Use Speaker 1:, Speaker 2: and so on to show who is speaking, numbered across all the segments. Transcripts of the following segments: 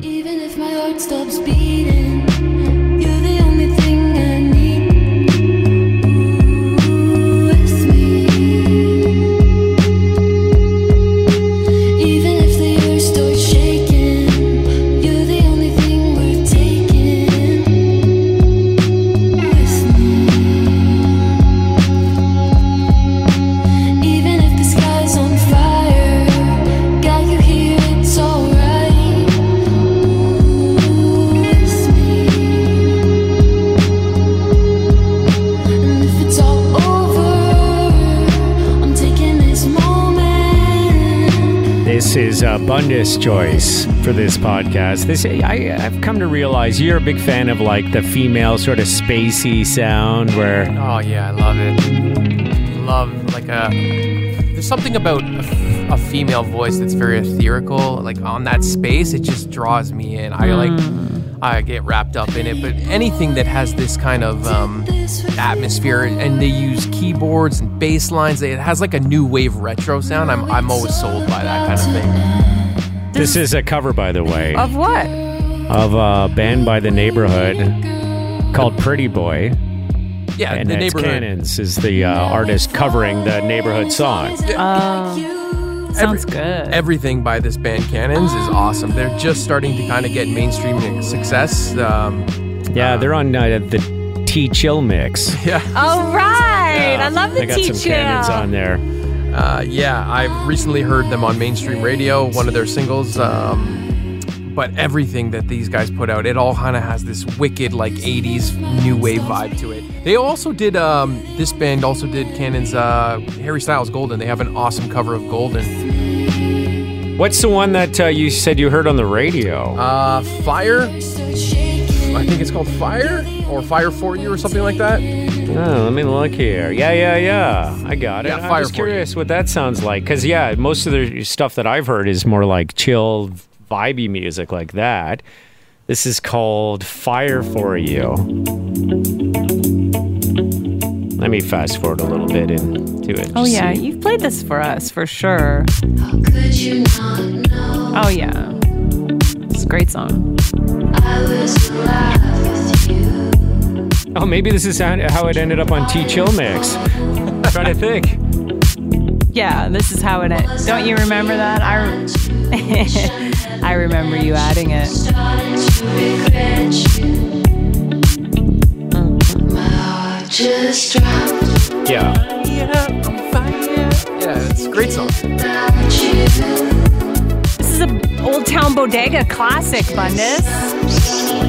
Speaker 1: Even if my heart stops beating, you're the only thing I need. Ooh, with me. Even if the earth starts shaking, you're the only thing worth taking. With me. Even if the sky's on fire, got you here, it's alright. With me. And if it's all over, I'm taking this moment.
Speaker 2: This is uh, Bundy's choice for this podcast. This I, I've come to realize you're a big fan of like the female sort of spacey sound where
Speaker 3: Oh yeah, I love it. Love like a. There's something about a, f- a female voice that's very etherical. Like on that space, it just draws me in. I
Speaker 2: Hmm.
Speaker 3: like. I get wrapped up in it. But anything that has this kind of um, atmosphere, and they use keyboards and bass lines, it has like a new wave retro sound. I'm I'm always sold by that kind of thing.
Speaker 2: this is a cover, by the way,
Speaker 4: Of what?
Speaker 2: of a band by the neighborhood called Pretty Boy,
Speaker 3: Yeah,
Speaker 2: and
Speaker 3: the
Speaker 2: that's
Speaker 3: neighborhood.
Speaker 2: Cannons is the uh, artist covering the neighborhood song.
Speaker 4: Sounds good.
Speaker 3: Everything by this band Cannons is awesome. They're just starting to kind of get mainstream success. Um,
Speaker 2: Yeah, they're on uh, the T Chill mix.
Speaker 4: All right. I love the
Speaker 2: they got
Speaker 4: tea
Speaker 2: some cannons
Speaker 4: chill.
Speaker 2: on there.
Speaker 3: Uh, yeah, I've recently heard them on mainstream radio, one of their singles. Um, but everything that these guys put out, it all kind of has this wicked, like 80s new wave vibe to it. They also did, um, this band also did Cannon's uh, Harry Styles Golden. They have an awesome cover of Golden.
Speaker 2: What's the one that uh, you said you heard on the radio?
Speaker 3: Uh, Fire, I think it's called Fire or Fire For You or something like that.
Speaker 2: Oh, let me look here. Yeah, yeah, yeah. I got it.
Speaker 3: Yeah,
Speaker 2: I'm
Speaker 3: fire
Speaker 2: just
Speaker 3: for you.
Speaker 2: curious what that sounds like. Because, yeah, most of the stuff that I've heard is more like chill, vibey music like that. This is called Fire for You. Let me fast forward a little bit into it.
Speaker 4: Oh
Speaker 2: just
Speaker 4: yeah,
Speaker 2: see.
Speaker 4: you've played this for us for sure.
Speaker 1: Could you not know
Speaker 4: Oh yeah. It's a great song.
Speaker 1: I was in love with you?
Speaker 2: Oh, maybe this is how how it ended up on T Chill Mix. Trying to think.
Speaker 4: Yeah, this is how it is. Don't you remember that? I re- I remember you adding it.
Speaker 1: Started to regret you. My heart just dropped
Speaker 2: Yeah.
Speaker 3: Yeah, it's a great song.
Speaker 1: without you.
Speaker 4: This is a old town bodega classic, Bundes.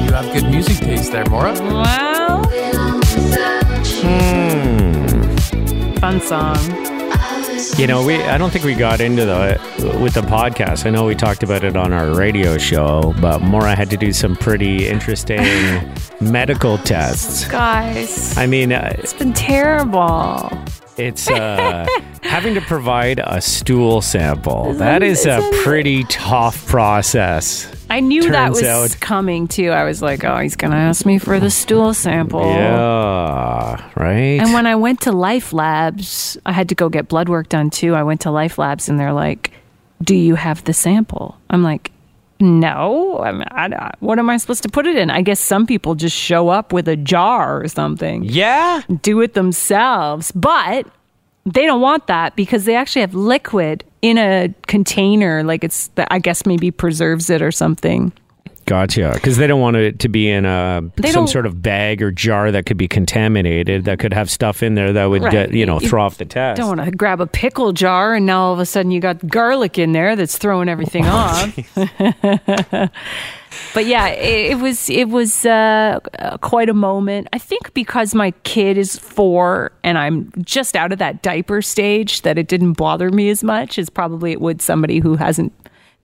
Speaker 3: You have good music taste there, Mora.
Speaker 4: Wow.
Speaker 1: Without you.
Speaker 4: Fun song.
Speaker 1: I was
Speaker 2: You know, we I don't think we got into the with the podcast. I know we talked about it on our radio show, but Mora had to do some pretty interesting medical tests.
Speaker 4: Guys.
Speaker 2: I mean, uh,
Speaker 4: It's been terrible.
Speaker 2: it's uh, having to provide a stool sample. That is a pretty tough process.
Speaker 4: I knew that
Speaker 2: Turns
Speaker 4: was
Speaker 2: out-
Speaker 4: coming too. I was like, oh, he's going to ask me for the stool sample.
Speaker 2: Yeah, right.
Speaker 4: Oh. And when I went to Life Labs, I had to go get blood work done too. I went to Life Labs and they're like, Do you have the sample? I'm like, No. I'm, I, I- what am I supposed to put it in? I guess some people just show up with a jar or something,
Speaker 2: yeah,
Speaker 4: do it themselves. But they don't want that because they actually have liquid in a container. Like it's, the, I guess maybe preserves it or something.
Speaker 2: gotcha. Because they don't want it to be in a
Speaker 4: They
Speaker 2: some
Speaker 4: don't-
Speaker 2: sort of bag or jar that could be contaminated. That could have stuff in there that would
Speaker 4: Right.
Speaker 2: get, you know
Speaker 4: You-
Speaker 2: throw off the test.
Speaker 4: Don't want to grab a pickle jar and now all of a sudden you got garlic in there that's throwing everything off. but yeah, it, it was it was uh, uh, quite a moment. I think because my kid is four and I'm just out of that diaper stage that it didn't bother me as much as probably it would somebody who hasn't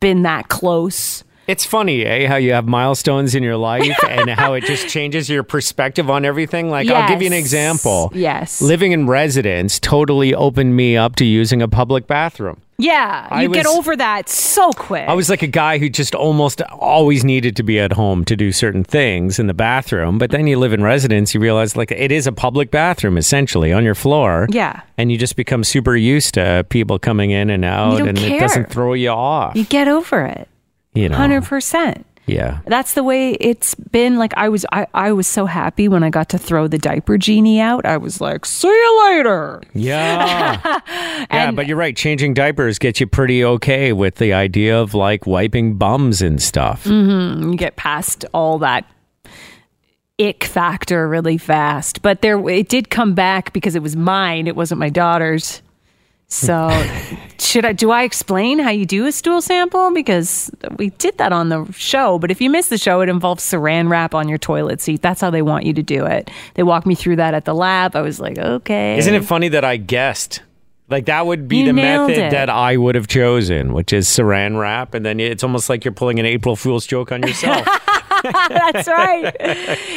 Speaker 4: been that close.
Speaker 2: It's funny, eh? How you have milestones in your life and how it just changes your perspective on everything. Like, I'll give you an
Speaker 4: Yes.
Speaker 2: example.
Speaker 4: Yes.
Speaker 2: Living in residence totally opened me up to using a public bathroom.
Speaker 4: yeah,
Speaker 2: I
Speaker 4: you get
Speaker 2: was-
Speaker 4: over that so quick.
Speaker 2: I was like a guy who just almost always needed to be at home to do certain things in the bathroom. But then you live in residence, you realize like it is a public bathroom essentially on your floor.
Speaker 4: Yeah.
Speaker 2: And you just become super used to people coming in and out
Speaker 4: don't
Speaker 2: and it
Speaker 4: care.
Speaker 2: doesn't throw you off.
Speaker 4: you get over it.
Speaker 2: You know.
Speaker 4: Hundred percent.
Speaker 2: Yeah.
Speaker 4: that's the way it's been like i was I, I was so happy when i got to throw the diaper genie out i was like see you later
Speaker 2: Yeah. yeah,
Speaker 4: And-
Speaker 2: but you're right. Changing diapers gets you pretty okay with the idea of like wiping bums and stuff.
Speaker 4: Mm. and you get past all that ick factor really fast but there it did come back because it was mine it wasn't my daughter's so should i do i explain how you do a stool sample because we did that on the show but if you miss the show it involves saran wrap on your toilet seat that's how they want you to do it they walked me through that at the lab i was like okay
Speaker 2: Isn't it funny that I guessed? Like that would be
Speaker 4: You
Speaker 2: the
Speaker 4: nailed
Speaker 2: method
Speaker 4: it.
Speaker 2: that I would have chosen, which is saran wrap, and then it's almost like you're pulling an April Fool's joke on yourself.
Speaker 4: That's right.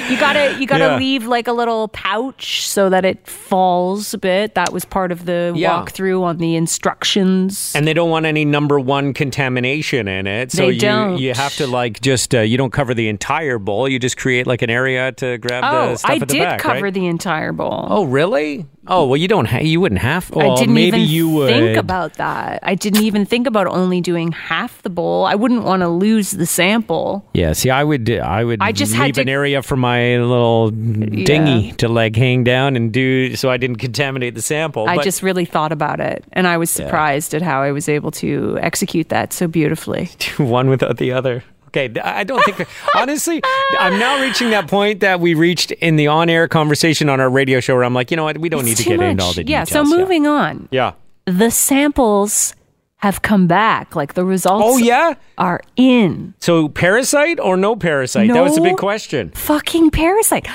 Speaker 4: You gotta you gotta
Speaker 2: Yeah.
Speaker 4: leave like a little pouch so that it falls a bit. That was part of the
Speaker 2: Yeah.
Speaker 4: walkthrough on the instructions.
Speaker 2: and they don't want any number one contamination in it, so
Speaker 4: They
Speaker 2: you
Speaker 4: don't.
Speaker 2: you have to like just uh, you don't cover the entire bowl. You just create like an area to grab
Speaker 4: oh,
Speaker 2: the stuff
Speaker 4: I
Speaker 2: at the
Speaker 4: did
Speaker 2: back,
Speaker 4: cover
Speaker 2: right?
Speaker 4: the entire bowl.
Speaker 2: Oh really? Oh well, you don't. Ha- you wouldn't have. Well,
Speaker 4: I didn't
Speaker 2: maybe
Speaker 4: even
Speaker 2: you would.
Speaker 4: think about that. I didn't even think about only doing half the bowl. I wouldn't want to lose the sample.
Speaker 2: Yeah, see, I would, I would,
Speaker 4: I just
Speaker 2: leave
Speaker 4: had to-
Speaker 2: an area for my little dinghy to like hang down and do, so I didn't contaminate the sample.
Speaker 4: I
Speaker 2: but-
Speaker 4: just really thought about it, and I was surprised at how I was able to execute that so beautifully.
Speaker 2: one without the other. Okay, th- I don't think honestly, I'm now reaching that point that we reached in the on-air conversation on our radio show where I'm like, you know what, we don't need
Speaker 4: It's
Speaker 2: to
Speaker 4: too
Speaker 2: get into
Speaker 4: much.
Speaker 2: all the
Speaker 4: yeah.
Speaker 2: details.
Speaker 4: So moving on.
Speaker 2: Yeah.
Speaker 4: the samples have come back. Like the results
Speaker 2: Oh yeah.
Speaker 4: are in.
Speaker 2: So parasite or no parasite? That was the
Speaker 4: No.
Speaker 2: big question.
Speaker 4: Fucking parasite.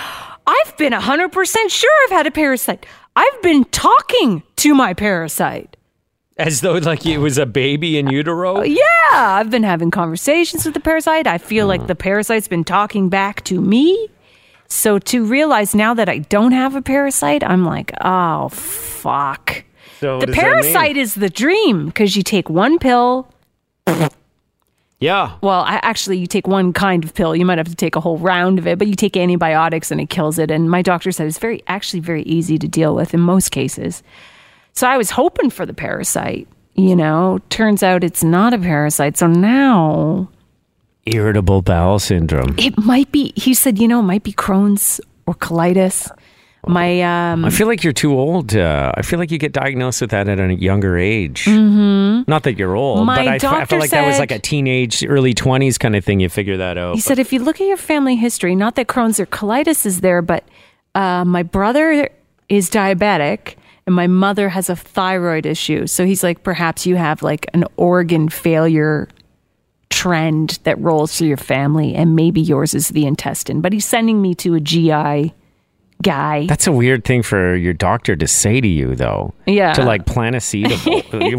Speaker 4: I've been 100% sure I've had a parasite. I've been talking to my parasite.
Speaker 2: As though like it was a baby
Speaker 4: Uh,
Speaker 2: in utero.
Speaker 4: Yeah, I've been having conversations with the parasite. I feel
Speaker 2: Hmm.
Speaker 4: like the parasite's been talking back to me. So to realize now that I don't have a parasite, I'm like, oh, fuck.
Speaker 2: So what
Speaker 4: the
Speaker 2: does that mean?
Speaker 4: parasite is the dream because you take one pill,
Speaker 2: Yeah.
Speaker 4: Well, I, actually, you take one kind of pill. You might have to take a whole round of it, but you take antibiotics and it kills it. And my doctor said it's very, actually, very easy to deal with in most cases. So I was hoping for the parasite. You know, turns out it's not a parasite. So now
Speaker 2: Irritable bowel syndrome.
Speaker 4: it might be. He said, you know, it might be Crohn's or colitis. My um,
Speaker 2: I feel like you're too old. Uh, I feel like you get diagnosed with that at a younger age. Not that you're old,
Speaker 4: Mm-hmm. My
Speaker 2: but I fe- I
Speaker 4: doctor
Speaker 2: felt like that was
Speaker 4: said-
Speaker 2: like a teenage, early 20s kind of thing. You figure that out.
Speaker 4: He said, if you look at your family history, not that Crohn's or colitis is there, but uh, my brother is diabetic and my mother has a thyroid issue. So he's like, perhaps you have like an organ failure trend that rolls through your family, and maybe yours is the intestine. But he's sending me to a GI guy.
Speaker 2: That's a weird thing for your doctor to say to you, though.
Speaker 4: Yeah.
Speaker 2: To like plant a seed of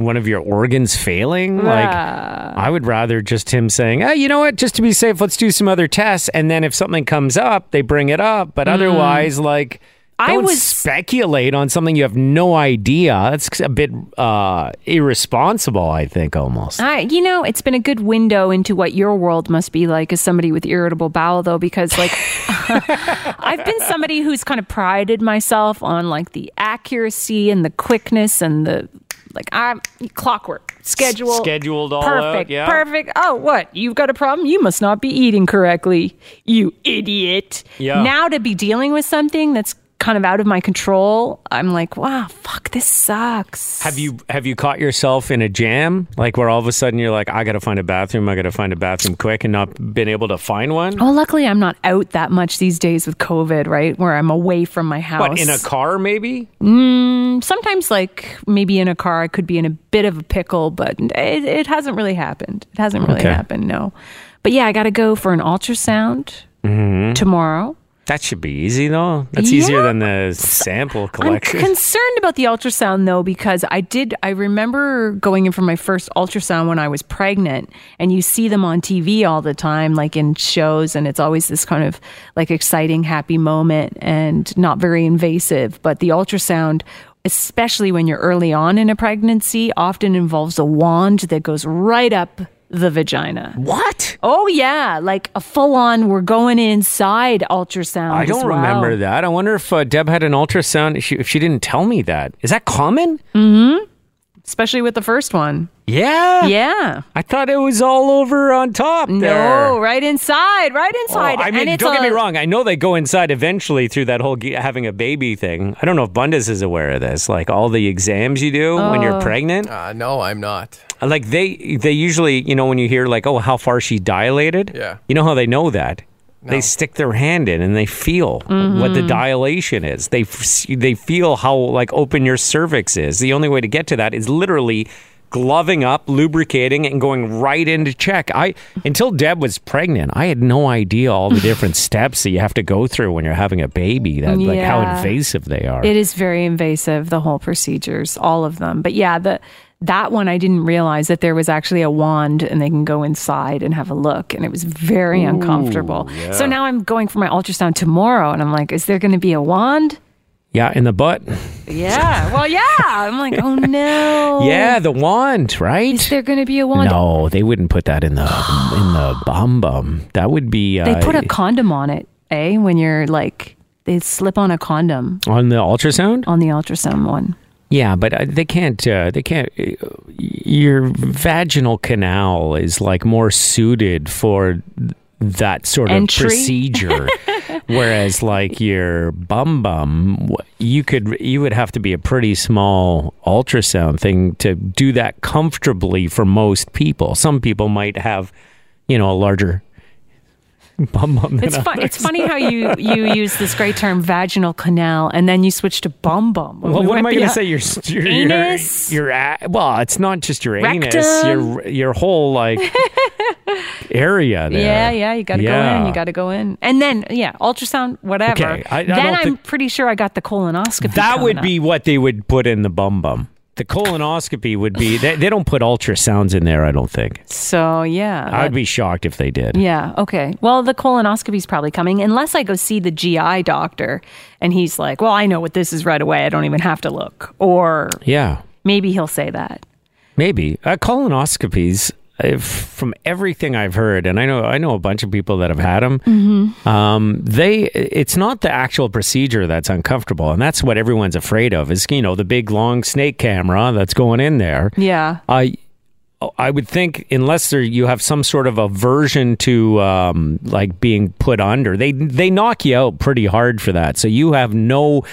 Speaker 2: one of your organs failing. Like, I would rather just him saying, hey, you know what? Just to be safe, let's do some other tests. And then if something comes up, they bring it up. But otherwise, like,
Speaker 4: Mm. I
Speaker 2: don't
Speaker 4: was-
Speaker 2: speculate on something you have no idea. That's a bit uh, irresponsible, I think, almost.
Speaker 4: I, you know, it's been a good window into what your world must be like as somebody with irritable bowel, though, because like I've been somebody who's kind of prided myself on like the accuracy and the quickness and the like I'm clockwork schedule
Speaker 2: scheduled all out,
Speaker 4: perfect
Speaker 2: yeah.
Speaker 4: perfect oh what you've got a problem you must not be eating correctly you idiot
Speaker 2: Yeah.
Speaker 4: now to be dealing with something that's kind of out of my control i'm like wow fuck this sucks
Speaker 2: Have you have you caught yourself in a jam, like where all of a sudden you're like, I gotta find a bathroom, I gotta find a bathroom quick, and not been able to find one?
Speaker 4: Well, luckily, I'm not out that much these days with COVID, right? Where I'm away from my house.
Speaker 2: But in a car, maybe?
Speaker 4: Sometimes, like maybe in a car, I could be in a bit of a pickle, but it, it hasn't really happened. It hasn't really
Speaker 2: Okay.
Speaker 4: happened, no. But yeah, I got to go for an ultrasound
Speaker 2: Mm-hmm.
Speaker 4: tomorrow.
Speaker 2: That should be easy, though. That's
Speaker 4: Yeah.
Speaker 2: easier than the sample collection.
Speaker 4: I'm concerned about the ultrasound though because I did I remember going in for my first ultrasound when I was pregnant and you see them on TV all the time like in shows and it's always this kind of like exciting happy moment and not very invasive but the ultrasound especially when you're early on in a pregnancy often involves a wand that goes right up the vagina.
Speaker 2: what?
Speaker 4: Oh yeah, like a full on we're going inside ultrasound.
Speaker 2: I
Speaker 4: as
Speaker 2: don't
Speaker 4: well.
Speaker 2: remember that. I wonder if uh, Deb had an ultrasound. If she, if she didn't tell me that, is that common?
Speaker 4: especially with the first one.
Speaker 2: Yeah.
Speaker 4: Yeah.
Speaker 2: I thought it was all over on top there.
Speaker 4: No, right inside, right
Speaker 2: Oh,
Speaker 4: inside.
Speaker 2: I mean,
Speaker 4: and it's
Speaker 2: don't get me
Speaker 4: a-
Speaker 2: wrong. I know they go inside eventually through that whole ge- having a baby thing. I don't know if Bundes is aware of this. Like all the exams you do when
Speaker 4: Oh.
Speaker 2: you're pregnant,
Speaker 3: Uh, no, I'm not.
Speaker 2: like they they usually, you know, when you hear like, oh, how far she dilated.
Speaker 3: Yeah.
Speaker 2: You know how they know that? They stick their hand in and they feel what
Speaker 4: Mm-hmm.
Speaker 2: the dilation is. They f- s- they feel how like open your cervix is. The only way to get to that is literally gloving up, lubricating, and going right into check. I until Deb was pregnant, I had no idea all the different steps that you have to go through when you're having a baby. That like how
Speaker 4: Yeah.
Speaker 2: invasive they are.
Speaker 4: It is very invasive, the whole procedures, all of them. But yeah, the that one I didn't realize that there was actually a wand and they can go inside and have a look and it was very uncomfortable. So now I'm going for my ultrasound tomorrow and I'm like, is there gonna be a wand?
Speaker 2: yeah, in the butt.
Speaker 4: Yeah. Well yeah. I'm like, oh no.
Speaker 2: Yeah, the wand, right?
Speaker 4: Is there gonna be a wand?
Speaker 2: No, they wouldn't put that in the in the bum bum. That would be uh,
Speaker 4: They put a condom on it, eh? When you're like they slip on a condom
Speaker 2: on the ultrasound.
Speaker 4: on the ultrasound one.
Speaker 2: Yeah, but uh, they can't. Uh, they can't. uh, Your vaginal canal is like more suited for that sort
Speaker 4: Entry?
Speaker 2: of procedure, whereas like your bum bum, w- you could you would have to be a pretty small ultrasound thing to do that comfortably for most people. Some people might have, you know, a larger bum bum. than
Speaker 4: It's fun, it's funny how you you use this great term vaginal canal and then you switch to bum bum. when
Speaker 2: Well,
Speaker 4: we
Speaker 2: what am
Speaker 4: went
Speaker 2: I going to
Speaker 4: beyond-
Speaker 2: say? Your your
Speaker 4: Anus?
Speaker 2: your, your a- well, it's not just your anus,
Speaker 4: Rectum?
Speaker 2: your your whole like area there.
Speaker 4: Yeah, yeah, you got to go in. You got to go in, and then yeah, ultrasound, whatever.
Speaker 2: Okay, I- I
Speaker 4: then
Speaker 2: don't
Speaker 4: I'm
Speaker 2: think-
Speaker 4: pretty sure I got the colonoscopy.
Speaker 2: That
Speaker 4: coming
Speaker 2: would
Speaker 4: up.
Speaker 2: be what they would put in the bum bum. The colonoscopy would be. They, they don't put ultrasounds in there. I don't think.
Speaker 4: so. Yeah,
Speaker 2: I'd
Speaker 4: that-
Speaker 2: be shocked if they did.
Speaker 4: yeah. Okay. Well, the colonoscopy's probably coming, unless I go see the GI doctor, and he's like, "Well, I know what this is right away. I don't even have to look." Or
Speaker 2: Yeah,
Speaker 4: maybe he'll say that.
Speaker 2: maybe uh, colonoscopies. If, from everything I've heard, and I know I know a bunch of people that have had them.
Speaker 4: Mm-hmm.
Speaker 2: Um, they it's not the actual procedure that's uncomfortable, and that's what everyone's afraid of. Is you know the big long snake camera that's going in there.
Speaker 4: Yeah.
Speaker 2: I I would think unless there you have some sort of aversion to um, like being put under, they they knock you out pretty hard for that. So you have no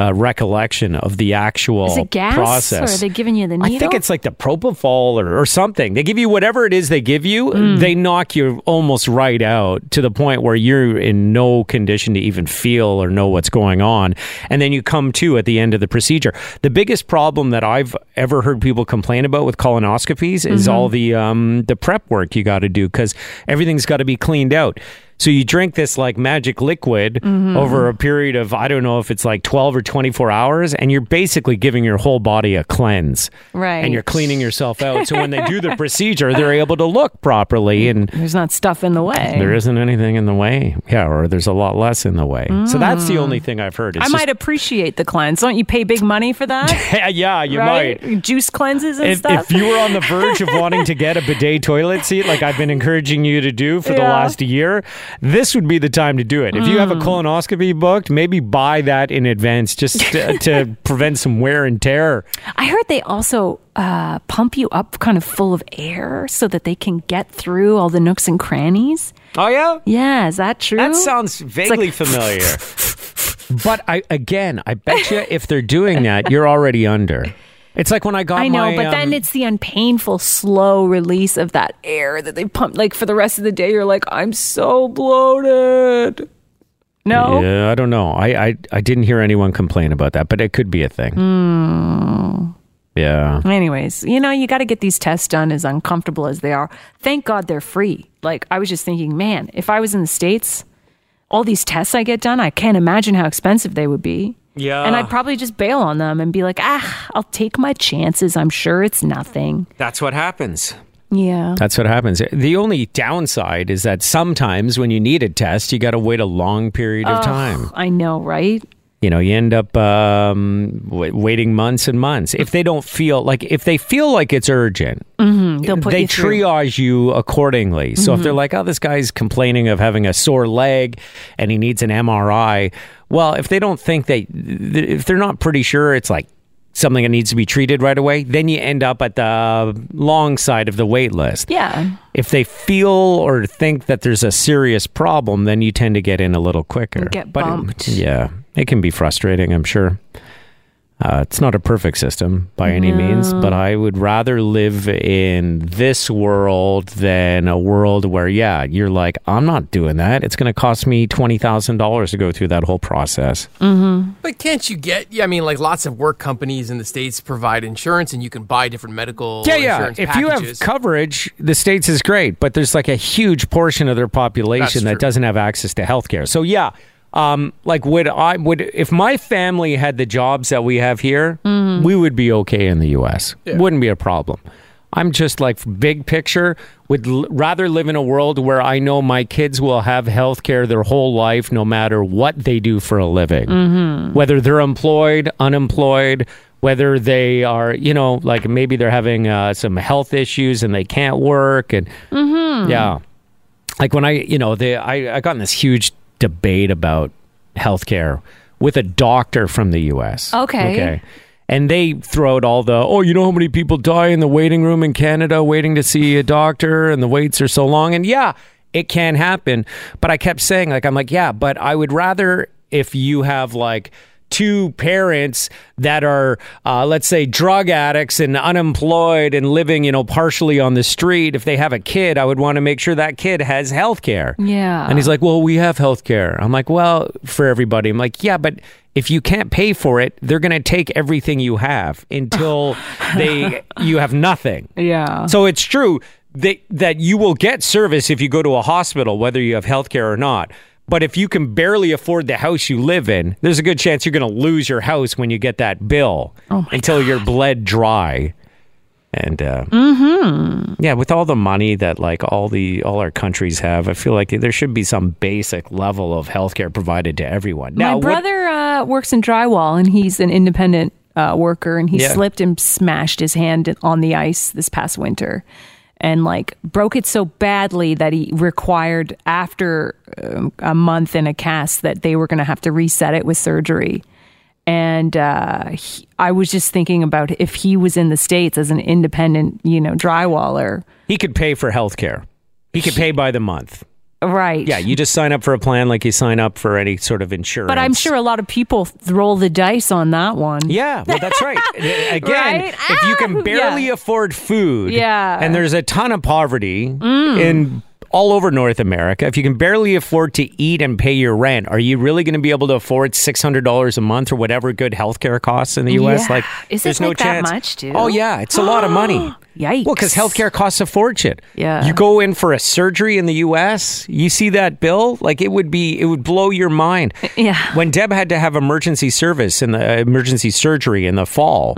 Speaker 2: uh, recollection of the actual
Speaker 4: Is it gas,
Speaker 2: process.
Speaker 4: or are they giving you the needle?
Speaker 2: I think it's like the propofol or, or something. They give you whatever it is they give you, they knock you almost right out to the point where you're in no condition to even feel or know what's going on. And then you come to at the end of the procedure. The biggest problem that I've ever heard people complain about with colonoscopies is all the um, the prep work you got to do because everything's got to be cleaned out. So you drink this like magic liquid over a period of I don't know if it's like 12 or 24 hours and you're basically giving your whole body a cleanse.
Speaker 4: Right.
Speaker 2: And you're cleaning yourself out. So when they do the procedure, they're able to look properly and
Speaker 4: There's not stuff in the way.
Speaker 2: there isn't anything in the way. Yeah, or there's a lot less in the way. So that's the only thing I've heard. It's
Speaker 4: I
Speaker 2: just-
Speaker 4: might appreciate the cleanse. Don't you pay big money for that?
Speaker 2: Yeah, yeah, you
Speaker 4: right?
Speaker 2: might.
Speaker 4: Juice cleanses and
Speaker 2: If,
Speaker 4: stuff.
Speaker 2: if you were on the verge of wanting to get a bidet toilet seat, like I've been encouraging you to do for the
Speaker 4: Yeah. Mm.
Speaker 2: last year, this would be the time to do it. If you have a colonoscopy booked, maybe buy that in advance just to, to prevent some wear and tear.
Speaker 4: I heard they also uh, pump you up kind of full of air so that they can get through all the nooks and crannies.
Speaker 2: Oh, yeah?
Speaker 4: Yeah, is that true?
Speaker 2: That sounds vaguely
Speaker 4: like-
Speaker 2: familiar. but I again, I bet you if they're doing that, you're already under. It's like when I got
Speaker 4: I know,
Speaker 2: my,
Speaker 4: but then
Speaker 2: um,
Speaker 4: it's the unpainful, slow release of that air that they pump. Like for the rest of the day, you're like, I'm so bloated. No?
Speaker 2: Yeah, I don't know. I, I I didn't hear anyone complain about that, but it could be a thing.
Speaker 4: Hmm.
Speaker 2: Yeah.
Speaker 4: Anyways, you know, you got to get these tests done as uncomfortable as they are. Thank God they're free. Like, I was just thinking, man, if I was in the States, all these tests I get done, I can't imagine how expensive they would be.
Speaker 2: Yeah.
Speaker 4: And I'd probably just bail on them and be like, ah, I'll take my chances. I'm sure it's nothing.
Speaker 2: That's what happens.
Speaker 4: Yeah.
Speaker 2: That's what happens. The only downside is that sometimes when you need a test, you got to wait a long period of time.
Speaker 4: I know, right?
Speaker 2: You know, you end up um, w- waiting months and months. If they don't feel like, if they feel like it's urgent,
Speaker 4: They'll put
Speaker 2: they
Speaker 4: you through. Mm-hmm.
Speaker 2: triage you accordingly. So if they're like, "Oh, this guy's complaining of having a sore leg and he needs an MRI," well, if they don't think they, if they're not pretty sure, it's like something that needs to be treated right away, then you end up at the long side of the wait list.
Speaker 4: Yeah.
Speaker 2: If they feel or think that there's a serious problem, then you tend to get in a little quicker.
Speaker 4: get
Speaker 2: it-
Speaker 4: bumped.
Speaker 2: yeah, it can be frustrating, I'm sure. Uh, it's not a perfect system by any means, but I would rather live in this world than a world where, yeah, you're like, I'm not doing that. It's going to cost me $20,000 to go through that whole process.
Speaker 3: But can't you get? Yeah, I mean, like lots of work companies in the states provide insurance, and you can buy different medical.
Speaker 2: Yeah, yeah.
Speaker 3: insurance
Speaker 2: If you have
Speaker 3: packages.
Speaker 2: coverage, the states is great, but there's like a huge portion of their population
Speaker 3: That's
Speaker 2: that
Speaker 3: true.
Speaker 2: doesn't have access to healthcare. So yeah, um, like would I would if my family had the jobs that we have here, we would be okay in the U.S. Wouldn't be a problem. I'm just like big picture would l- rather live in a world where I know my kids will have healthcare their whole life, no matter what they do for a living whether they're employed, unemployed, whether they are, you know, like maybe they're having uh, some health issues and they can't work, and yeah, like when I, you know, they, I, I got in this huge debate about healthcare with a doctor from the U.S.
Speaker 4: Okay.
Speaker 2: okay. And they throw out all the, oh, you know how many people die in the waiting room in Canada waiting to see a doctor and the waits are so long. And yeah, it can happen. But I kept saying, like, I'm like, yeah, but I would rather if you have like two parents that are, uh, let's say, drug addicts and unemployed and living, you know, partially on the street, if they have a kid, I would want to make sure that kid has health care.
Speaker 4: Yeah.
Speaker 2: And he's like, well, we have health care. I'm like, well, for everybody. I'm like, yeah, but if you can't pay for it, they're going to take everything you have until they you have nothing.
Speaker 4: Yeah.
Speaker 2: So it's true that that you will get service if you go to a hospital, whether you have health care or not. But if you can barely afford the house you live in, there's a good chance you're going to lose your house when you get that bill
Speaker 4: Oh
Speaker 2: until you're bled dry. And uh,
Speaker 4: Mm-hmm.
Speaker 2: yeah, with all the money that like all the all our countries have, I feel like there should be some basic level of healthcare provided to everyone. Now,
Speaker 4: My
Speaker 2: what-
Speaker 4: brother uh, works in drywall, and he's an independent uh, worker, and he
Speaker 2: Yeah.
Speaker 4: slipped and smashed his hand on the ice this past winter, and like broke it so badly that he required after um, a month in a cast that they were going to have to reset it with surgery. And uh, he, I was just thinking about if he was in the states as an independent, you know, drywaller,
Speaker 2: he could pay for healthcare. He could pay by the month.
Speaker 4: right?
Speaker 2: Yeah, you just sign up for a plan like you sign up for any sort of insurance.
Speaker 4: But I'm sure a lot of people th- roll the dice on that one.
Speaker 2: Yeah, well, that's right. A- Again,
Speaker 4: Right?
Speaker 2: if you can
Speaker 4: Ah,
Speaker 2: barely
Speaker 4: yeah.
Speaker 2: afford food,
Speaker 4: Yeah. Mm.
Speaker 2: and there's a ton of poverty in all over North America, if you can barely afford to eat and pay your rent, are you really going to be able to afford six hundred dollars a month or whatever good healthcare costs in the U.S.?
Speaker 4: Yeah.
Speaker 2: Like,
Speaker 4: Is it
Speaker 2: there's no
Speaker 4: like that
Speaker 2: chance.
Speaker 4: much, too?
Speaker 2: Oh yeah, it's a lot of money.
Speaker 4: Yikes.
Speaker 2: Well, because healthcare costs a fortune.
Speaker 4: Yeah.
Speaker 2: You go in for a surgery in the U.S., you see that bill, like it would be, it would blow your mind.
Speaker 4: Yeah.
Speaker 2: When Deb had to have emergency service in the uh, emergency surgery in the fall,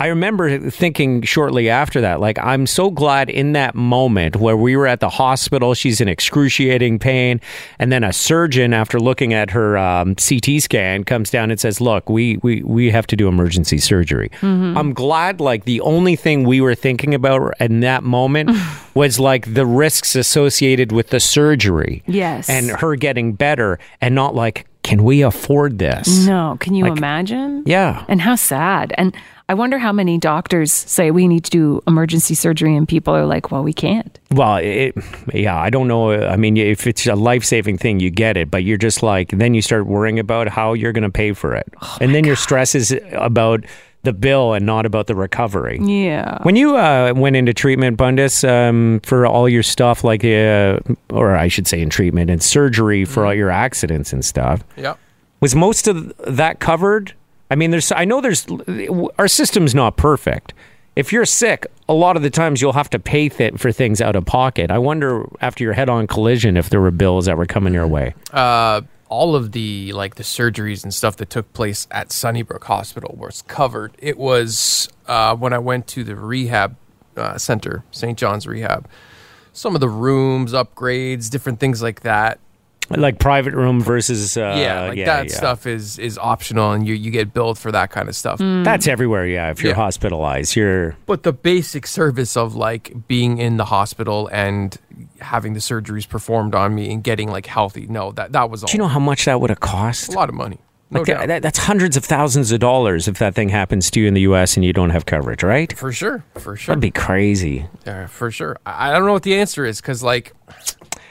Speaker 2: I remember thinking shortly after that, like, I'm so glad in that moment where we were at the hospital, she's in excruciating pain. And then a surgeon, after looking at her um, CT scan, comes down and says, Look, we, we, we have to do emergency surgery.
Speaker 4: Mm-hmm.
Speaker 2: I'm glad, like, the only thing we were thinking about in that moment was like the risks associated with the surgery.
Speaker 4: Yes.
Speaker 2: And her getting better and not like, can we afford this?
Speaker 4: No, can you imagine?
Speaker 2: Yeah.
Speaker 4: And how sad. And I wonder how many doctors say we need to do emergency surgery and people are like, well, we can't.
Speaker 2: Well, it, yeah, I don't know. I mean, if it's a life saving thing, you get it, but you're just like, then you start worrying about how you're going to pay for it. and then your stress is about the bill and not about the recovery.
Speaker 4: Yeah.
Speaker 2: When you uh, went into treatment, Bundus, um, for all your stuff, like, uh, or I should say in treatment and surgery for all your accidents and stuff,
Speaker 3: Yeah.
Speaker 2: was most of that covered? I mean, there's I know there's our system's not perfect. If you're sick, a lot of the times you'll have to pay th- for things out of pocket. I wonder after your head-on collision if there were bills that were coming your way.
Speaker 3: uh, all of the like the surgeries and stuff that took place at Sunnybrook Hospital was covered. It was uh, when I went to the rehab uh, center, St. John's Rehab. Some of the rooms, upgrades, different things like that.
Speaker 2: Like private room versus uh,
Speaker 3: yeah, like that
Speaker 2: yeah.
Speaker 3: stuff is is optional, and you you get billed for that kind of stuff.
Speaker 2: That's everywhere. Yeah, if you're
Speaker 3: Mm. Yeah.
Speaker 2: hospitalized, you're
Speaker 3: But the basic service of like being in the hospital and having the surgeries performed on me and getting like healthy, no, that that was all
Speaker 2: Do you know how much that would have cost?
Speaker 3: a lot of money.
Speaker 2: Like
Speaker 3: No
Speaker 2: that-
Speaker 3: doubt.
Speaker 2: that- that's hundreds of thousands of dollars if that thing happens to you in the U.S. and you don't have coverage, right?
Speaker 3: For sure. For sure.
Speaker 2: That'd be crazy.
Speaker 3: Yeah, for sure. I I don't know what the answer is because, like,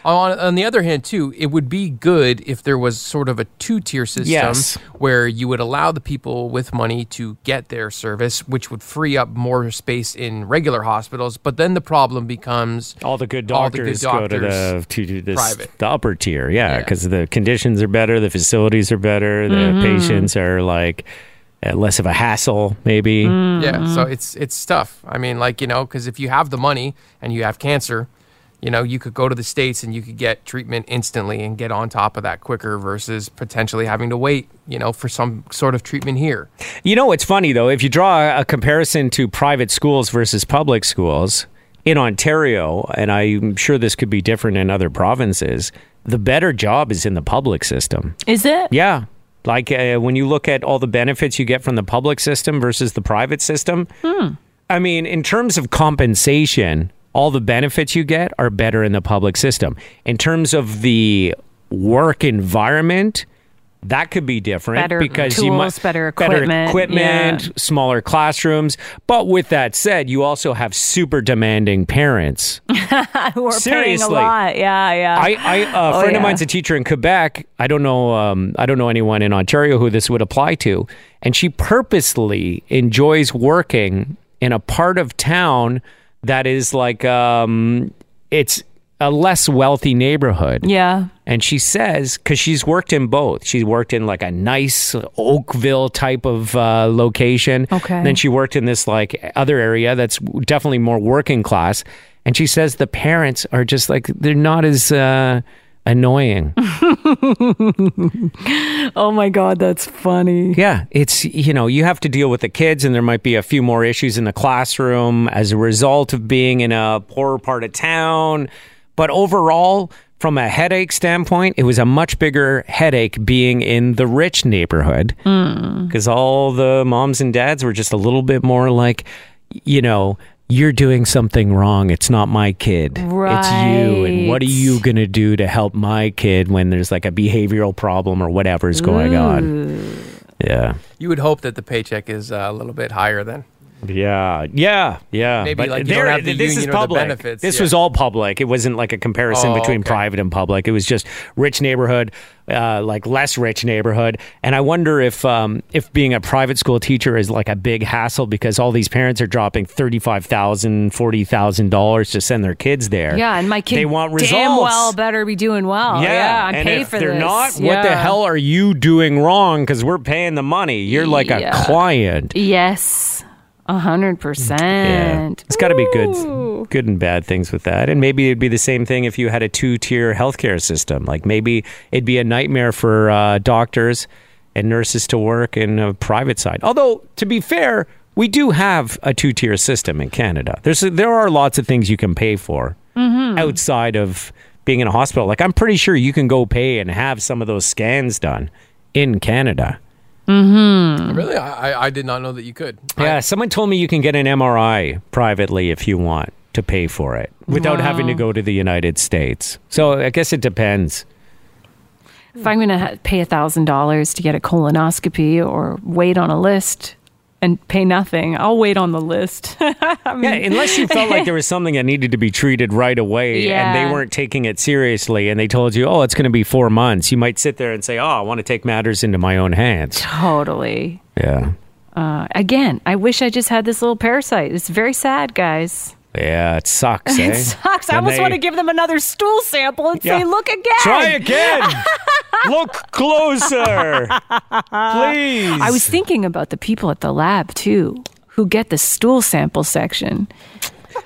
Speaker 3: on, on the other hand, too, it would be good if there was sort of a two tier system
Speaker 2: Yes.
Speaker 3: where you would allow the people with money to get their service, which would free up more space in regular hospitals. But then the problem becomes
Speaker 2: All the good
Speaker 3: All the good
Speaker 2: doctors, go to the
Speaker 3: doctors.
Speaker 2: to, to this,
Speaker 3: Private.
Speaker 2: the upper tier, yeah,
Speaker 3: Yeah. Mm-hmm.
Speaker 2: because the conditions are better, the facilities are better, the patients are like uh, less of a hassle, maybe.
Speaker 3: Mm-hmm. Yeah, so it's it's tough. I mean, like you know, because if you have the money and you have cancer, you know, you could go to the states and you could get treatment instantly and get on top of that quicker versus potentially having to wait, you know, for some sort of treatment here.
Speaker 2: You know, it's funny though, if you draw a comparison to private schools versus public schools in Ontario, and I'm sure this could be different in other provinces, the better job is in the public system.
Speaker 4: Is it?
Speaker 2: Yeah. Like uh, when you look at all the benefits you get from the public system versus the private system,
Speaker 4: Hmm.
Speaker 2: I mean, in terms of compensation, all the benefits you get are better in the public system. In terms of the work environment, that could be different
Speaker 4: Better
Speaker 2: because you
Speaker 4: tools,
Speaker 2: must
Speaker 4: better equipment,
Speaker 2: equipment,
Speaker 4: yeah.
Speaker 2: smaller classrooms. But with that said, you also have super demanding parents.
Speaker 4: We're
Speaker 2: Seriously.
Speaker 4: paying a lot. Yeah, yeah.
Speaker 2: I, I a
Speaker 4: Oh,
Speaker 2: friend
Speaker 4: yeah.
Speaker 2: of mine's a teacher in Quebec. I don't know. Um, I don't know anyone in Ontario who this would apply to, and she purposely enjoys working in a part of town that is like um, it's a less wealthy neighborhood.
Speaker 4: yeah.
Speaker 2: And she says, because she's worked in both. She's worked in like a nice Oakville type of uh, location.
Speaker 4: Okay.
Speaker 2: And then she worked in this like other area that's definitely more working class. And she says the parents are just like, they're not as uh, annoying.
Speaker 4: Oh my God, that's funny.
Speaker 2: yeah. It's, you know, you have to deal with the kids and there might be a few more issues in the classroom as a result of being in a poorer part of town. But overall, from a headache standpoint, it was a much bigger headache being in the rich neighborhood because all the moms and dads were just a little bit more like, you know, you're doing something wrong. It's not my kid. It's you. And what are
Speaker 4: Right.
Speaker 2: you going to do to help my kid when there's like a behavioral problem or whatever is going on? Yeah.
Speaker 3: You would hope that the paycheck is uh, a little bit higher then.
Speaker 2: Yeah, yeah, yeah.
Speaker 3: Maybe, like, you don't have the
Speaker 2: this is
Speaker 3: union or the
Speaker 2: public.
Speaker 3: benefits,
Speaker 2: This
Speaker 3: yeah.
Speaker 2: was all public. It wasn't like a comparison
Speaker 3: Oh,
Speaker 2: between
Speaker 3: okay.
Speaker 2: private and public. It was just rich neighborhood, uh, like less rich neighborhood. And I wonder if um, if being a private school teacher is like a big hassle because all these parents are dropping thirty five thousand, forty thousand dollars to send their kids there.
Speaker 4: Yeah, and my kid
Speaker 2: they want results.
Speaker 4: damn well better be doing well. Yeah, I
Speaker 2: and
Speaker 4: pay
Speaker 2: if
Speaker 4: for
Speaker 2: they're
Speaker 4: this.
Speaker 2: not, what the
Speaker 4: Yeah.
Speaker 2: hell are you doing wrong? Because we're paying the money. You're like
Speaker 4: Yeah.
Speaker 2: a client.
Speaker 4: Yes, a hundred
Speaker 2: Yeah.
Speaker 4: percent.
Speaker 2: It's got to be
Speaker 4: Ooh.
Speaker 2: good, good and bad things with that. And maybe it'd be the same thing if you had a two-tier healthcare system. Like maybe it'd be a nightmare for uh, doctors and nurses to work in a private side. Although to be fair, we do have a two-tier system in Canada. There's there are lots of things you can pay for outside of being in a hospital. Like I'm pretty sure you can go pay and have some of those scans done in Canada.
Speaker 3: Really, I, I- I did not know that you could. I-
Speaker 2: Yeah, someone told me you can get an MRI privately if you want to pay for it without having to go to the United States. So I guess it depends.
Speaker 4: If I'm going to ha- pay a thousand dollars to get a colonoscopy or wait on a list and pay nothing, I'll wait on the list. I mean,
Speaker 2: Yeah, unless you felt like there was something that needed to be treated right away and
Speaker 4: Yeah.
Speaker 2: they weren't taking it seriously and they told you, oh, it's going to be four months. You might sit there and say, oh, I want to take matters into my own hands.
Speaker 4: totally.
Speaker 2: Yeah.
Speaker 4: Uh, again, I wish I just had this little parasite. It's very sad, guys.
Speaker 2: Yeah, it sucks. eh?
Speaker 4: It sucks. I
Speaker 2: When
Speaker 4: almost
Speaker 2: they-
Speaker 4: want to give them another stool sample and
Speaker 2: Yeah.
Speaker 4: say, "Look again."
Speaker 2: Try again. Look closer. Please.
Speaker 4: I was thinking about the people at the lab too, who get the stool sample section.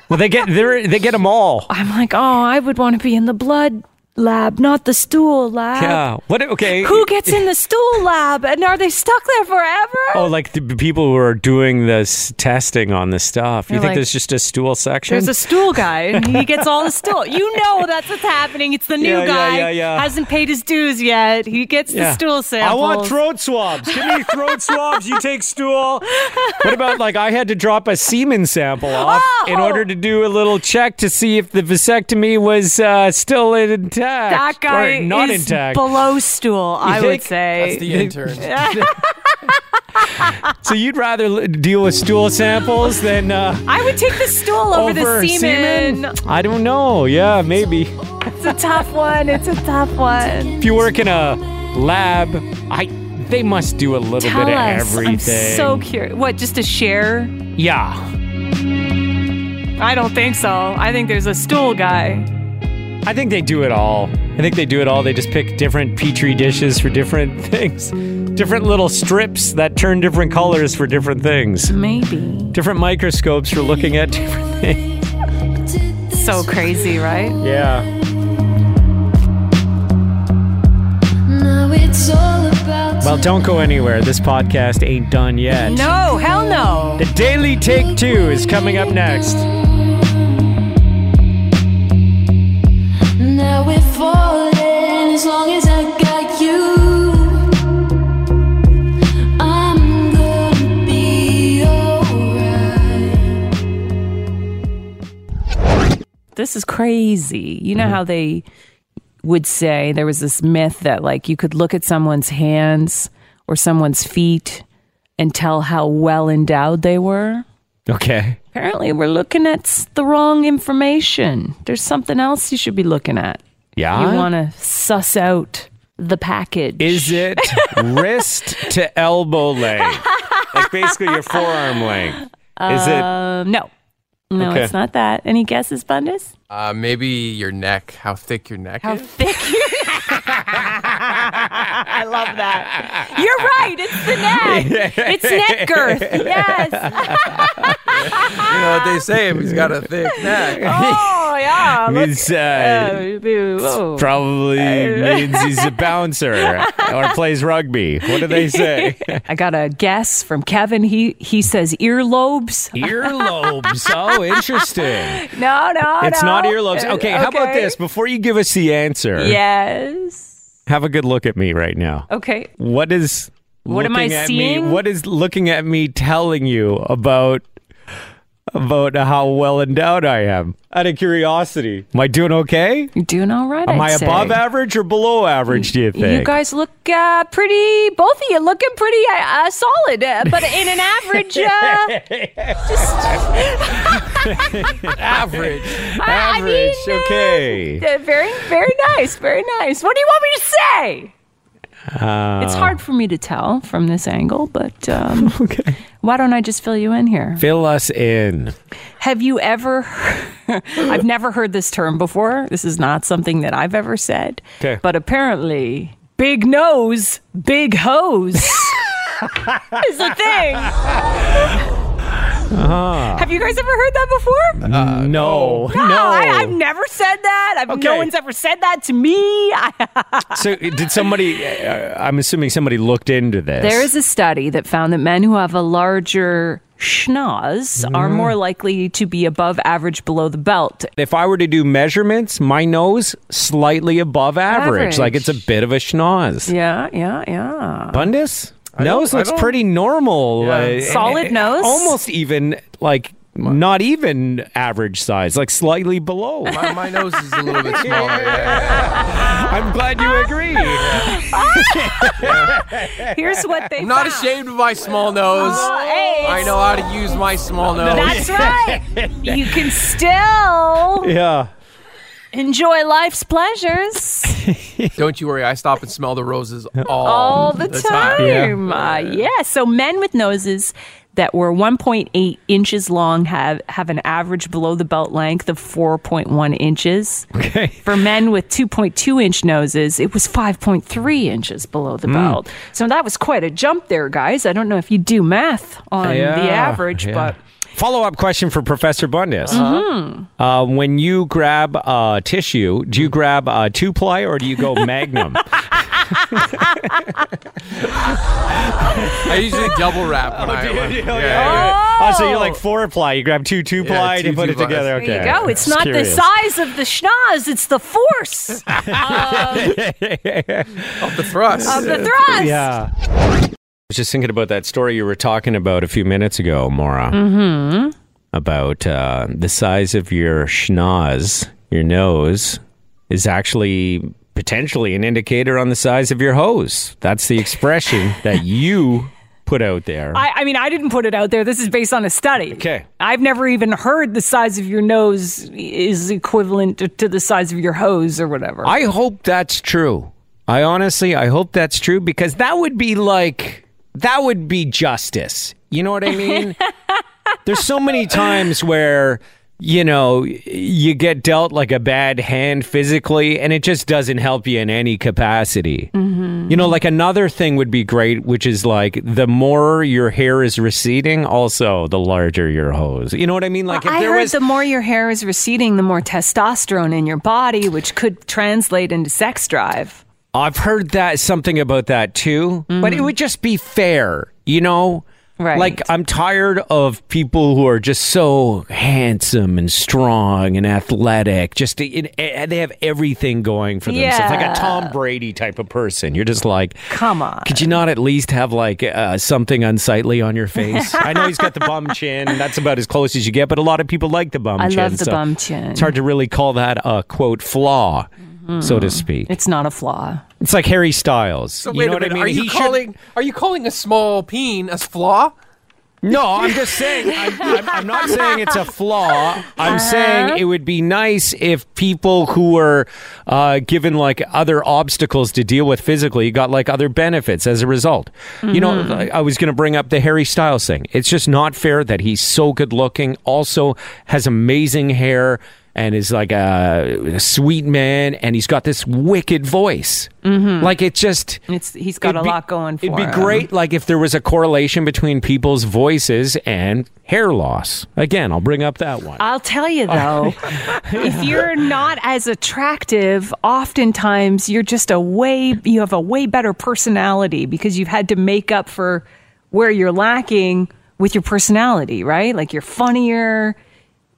Speaker 2: Well, they get they're- they get them all.
Speaker 4: I'm like, oh, I would want to be in the blood lab, not the stool lab.
Speaker 2: Yeah. What? Okay.
Speaker 4: Uh, Who gets in the stool lab and are they stuck there forever?
Speaker 2: Oh, like the people who are doing this testing on the stuff. You
Speaker 4: They're
Speaker 2: think
Speaker 4: like-
Speaker 2: there's just a stool section?
Speaker 4: There's a stool guy and he gets all the stool. You know that's what's happening. It's the new
Speaker 2: Yeah, yeah,
Speaker 4: guy.
Speaker 2: yeah, yeah.
Speaker 4: Hasn't paid his dues yet. He gets the stool
Speaker 2: I
Speaker 4: sample.
Speaker 2: want throat swabs. Give me throat swabs. You take stool. What about like I had to drop a semen sample off in
Speaker 4: Oh!
Speaker 2: order to do a little check to see if the vasectomy was uh, still intact. intact.
Speaker 4: That guy
Speaker 2: or not
Speaker 4: is
Speaker 2: intact.
Speaker 4: below stool, I would
Speaker 2: think
Speaker 4: say.
Speaker 3: That's the intern.
Speaker 2: so you'd rather l- deal with stool samples than uh,
Speaker 4: I would take the stool over,
Speaker 2: over
Speaker 4: the semen.
Speaker 2: I don't know. Yeah, maybe.
Speaker 4: It's a tough one. It's a tough one.
Speaker 2: If you work in a lab, I they must do a little
Speaker 4: Tell
Speaker 2: bit of
Speaker 4: us.
Speaker 2: everything.
Speaker 4: I'm so curious. What, just to share?
Speaker 2: yeah.
Speaker 4: I don't think so. I think there's a stool guy.
Speaker 2: I think they do it all. I think they do it all. They just pick different petri dishes for different things, different little strips that turn different colors for different things,
Speaker 4: Maybe.
Speaker 2: different microscopes for looking at different things.
Speaker 4: So crazy, right?
Speaker 2: Yeah.
Speaker 1: Now it's all about
Speaker 2: Well, don't go anywhere. This podcast ain't done yet.
Speaker 4: No, hell no.
Speaker 2: The Daily Take Two is coming up next.
Speaker 1: Now we're falling as long as I got you. I'm gonna be alright.
Speaker 4: This is crazy. You know how they would say there was this myth that, like, you could look at someone's hands or someone's feet and tell how well endowed they were?
Speaker 2: Okay.
Speaker 4: Apparently, we're looking at s- the wrong information. There's something else you should be looking at.
Speaker 2: Yeah.
Speaker 4: You want to suss out the package.
Speaker 2: Is Uh-huh. it wrist to elbow length? Like basically your forearm length. Is it
Speaker 4: Um, no. No,
Speaker 2: Okay.
Speaker 4: it's not that. Any guesses, Bundes?
Speaker 3: Uh, maybe your neck. How thick your neck
Speaker 4: How
Speaker 3: is?
Speaker 4: thick you I love that. You're right. It's the neck. It's neck girth. Yes.
Speaker 3: You know what they say? If he's got a thick neck.
Speaker 4: Oh, yeah. Look.
Speaker 2: it's uh,
Speaker 4: Oh, boo. Oh.
Speaker 2: probably means he's a bouncer or plays rugby. What do they say?
Speaker 4: I got a guess from Kevin. He he says earlobes.
Speaker 2: Earlobes. Oh, interesting.
Speaker 4: No, no,
Speaker 2: It's
Speaker 4: no.
Speaker 2: not earlobes. uh, Okay, how about this? Before you give us the answer,
Speaker 4: Yes.
Speaker 2: have a good look at me right now.
Speaker 4: Okay.
Speaker 2: What is
Speaker 4: What am I
Speaker 2: looking at
Speaker 4: seeing?
Speaker 2: Me, what is looking at me telling you about about how well endowed I am? Out of curiosity, am I doing okay?
Speaker 4: You're doing all right.
Speaker 2: Am
Speaker 4: I'd
Speaker 2: I
Speaker 4: say.
Speaker 2: above average or below average? Do you think?
Speaker 4: You guys look uh, pretty. Both of you looking pretty uh, uh, solid, uh, but in an average. Uh,
Speaker 3: Average.
Speaker 4: I
Speaker 2: average.
Speaker 4: mean, uh,
Speaker 2: okay.
Speaker 4: Uh, very, very nice. Very nice. What do you want me to say?
Speaker 2: Uh.
Speaker 4: it's hard for me to tell from this angle, but um,
Speaker 2: Okay.
Speaker 4: why don't I just fill you in here?
Speaker 2: Fill us in.
Speaker 4: Have you ever? I've never heard this term before. This is not something that I've ever said.
Speaker 2: 'Kay.
Speaker 4: But apparently, big nose, big hose is a thing. Have you guys ever heard that before?
Speaker 2: Uh-huh. Uh, no, no.
Speaker 4: I, I've never said that. I've, No
Speaker 2: Okay.
Speaker 4: one's ever said that to me. I,
Speaker 2: so did somebody? Uh, I'm assuming somebody looked into this.
Speaker 4: There is a study that found that men who have a larger schnoz are more
Speaker 2: Mm.
Speaker 4: likely to be above average below the belt.
Speaker 2: If I were to do measurements, my nose slightly above average.
Speaker 4: Average.
Speaker 2: Like it's a bit of a schnoz.
Speaker 4: Yeah, yeah, yeah.
Speaker 2: Bundus? Nose
Speaker 3: I
Speaker 2: looks
Speaker 3: don't-
Speaker 2: pretty normal.
Speaker 3: Yeah.
Speaker 2: uh,
Speaker 4: Solid
Speaker 2: and-
Speaker 4: nose?
Speaker 2: Almost even like not even average size, like slightly below.
Speaker 3: My, my nose is a little bit smaller. yeah.
Speaker 2: I'm glad you agree.
Speaker 4: Here's what they
Speaker 3: I'm not
Speaker 4: found.
Speaker 3: ashamed of my small nose.
Speaker 4: Hey,
Speaker 3: I know how to use my small nose.
Speaker 4: That's right. You can still
Speaker 2: yeah.
Speaker 4: enjoy life's pleasures
Speaker 3: Don't you worry, I stop and smell the roses all,
Speaker 4: all the time.
Speaker 2: time.
Speaker 4: Uh, yeah. So men with noses that were 1.8 inches long have have an average below the belt length of 4.1 inches.
Speaker 2: Okay.
Speaker 4: For men with 2.2 inch noses, it was 5.3 inches below the belt. So that was quite a jump there, guys. I don't know if you do math on Um, the average, but Uh-huh.
Speaker 2: Follow up question for Professor Bundus. Uh, when you grab uh, tissue, do you grab uh, two ply or do you go magnum?
Speaker 3: I usually double wrap when I. When, yeah, yeah, yeah.
Speaker 2: Oh, so you're like four ply. You grab two two ply
Speaker 3: two
Speaker 2: and put it
Speaker 3: two-plies.
Speaker 2: together.
Speaker 3: There
Speaker 2: Okay.
Speaker 4: there you go. It's
Speaker 2: Just
Speaker 4: not
Speaker 2: curious.
Speaker 4: the size of the schnoz, it's the force
Speaker 3: Up the thrust.
Speaker 4: of the thrust.
Speaker 2: Yeah. I was just thinking about that story you were talking about a few minutes ago, Maura. Mm-hmm. About uh, the size of your schnoz, your nose, is actually potentially an indicator on the size of your hose. That's the expression that you put out there.
Speaker 4: I, I mean, I didn't put it out there. This is based on a study.
Speaker 2: Okay.
Speaker 4: I've never even heard the size of your nose is equivalent to, to the size of your hose or whatever.
Speaker 2: I hope that's true. I honestly, I hope that's true because that would be like, that would be justice. You know what I mean? There's so many times where, you know, you get dealt like a bad hand physically and it just doesn't help you in any capacity.
Speaker 4: Mm-hmm.
Speaker 2: You know, like another thing would be great, which is like the more your hair is receding, also the larger your hose. You know what I mean? Like
Speaker 4: I heard the more your hair is receding, the more testosterone in your body, which could translate into sex drive.
Speaker 2: I've heard that something about that too, but it would just be fair, you know?
Speaker 4: Mm-hmm. Right.
Speaker 2: Like I'm tired of people who are just so handsome and strong and athletic. Just it, it, they have everything going for themselves, like
Speaker 4: Yeah.
Speaker 2: a Tom Brady type of person. You're just like,
Speaker 4: Come on.
Speaker 2: could you not at least have like uh, something unsightly on your face? I know he's got the bum chin. That's about as close as you get. But a lot of people like the bum
Speaker 4: I
Speaker 2: chin.
Speaker 4: love the
Speaker 2: so
Speaker 4: bum chin.
Speaker 2: It's hard to really call that a quote flaw, so
Speaker 4: Mm-hmm.
Speaker 2: to speak.
Speaker 4: It's not a flaw.
Speaker 2: It's like Harry Styles.
Speaker 3: So
Speaker 2: you
Speaker 3: wait
Speaker 2: know
Speaker 3: a
Speaker 2: what I
Speaker 3: minute.
Speaker 2: mean?
Speaker 3: Are you
Speaker 2: He should-
Speaker 3: calling? Are you calling a small peen a flaw?
Speaker 2: No, I'm just saying. I'm, I'm, I'm not saying it's a flaw. I'm
Speaker 3: Uh-huh.
Speaker 2: saying it would be nice if people who were uh, given like other obstacles to deal with physically got like other benefits as a result. You know,
Speaker 3: Mm-hmm.
Speaker 2: I, I was going to bring up the Harry Styles thing. It's just not fair that he's so good looking, also has amazing hair. And is like a, a sweet man, and he's got this wicked voice. Mm-hmm. Like it just,
Speaker 4: It's he's got
Speaker 2: It'd
Speaker 4: a
Speaker 2: be-
Speaker 4: lot going for
Speaker 2: It'd be
Speaker 4: him.
Speaker 2: great, like if there was a correlation between people's voices and hair loss. Again, I'll bring up that one.
Speaker 4: I'll tell you though, if you're not as attractive, oftentimes you're just a way you have a way better personality because you've had to make up for where you're lacking with your personality, right? Like you're funnier.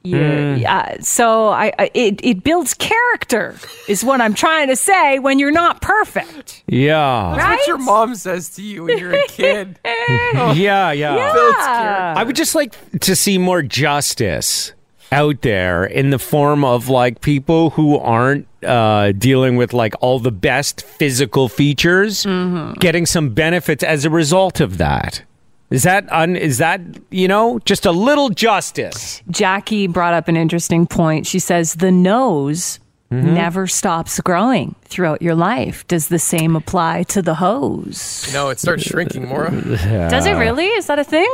Speaker 4: You're, yeah. So I, I it it builds character is what I'm trying to say when you're not perfect.
Speaker 2: yeah,
Speaker 3: That's
Speaker 4: Right?
Speaker 3: what your mom says to you when you're a kid.
Speaker 4: Eh.
Speaker 2: yeah, yeah.
Speaker 3: Builds character.
Speaker 2: I would just like to see more justice out there in the form of like people who aren't uh, dealing with like all the best physical features,
Speaker 4: Mm-hmm.
Speaker 2: getting some benefits as a result of that. Is that un- is that you know just a little justice?
Speaker 4: Jackie brought up an interesting point. She says the nose
Speaker 2: Mm-hmm.
Speaker 4: never stops growing throughout your life. Does the same apply to the hose?
Speaker 3: No, it starts shrinking, Maura.
Speaker 4: Does it really? Is that a thing?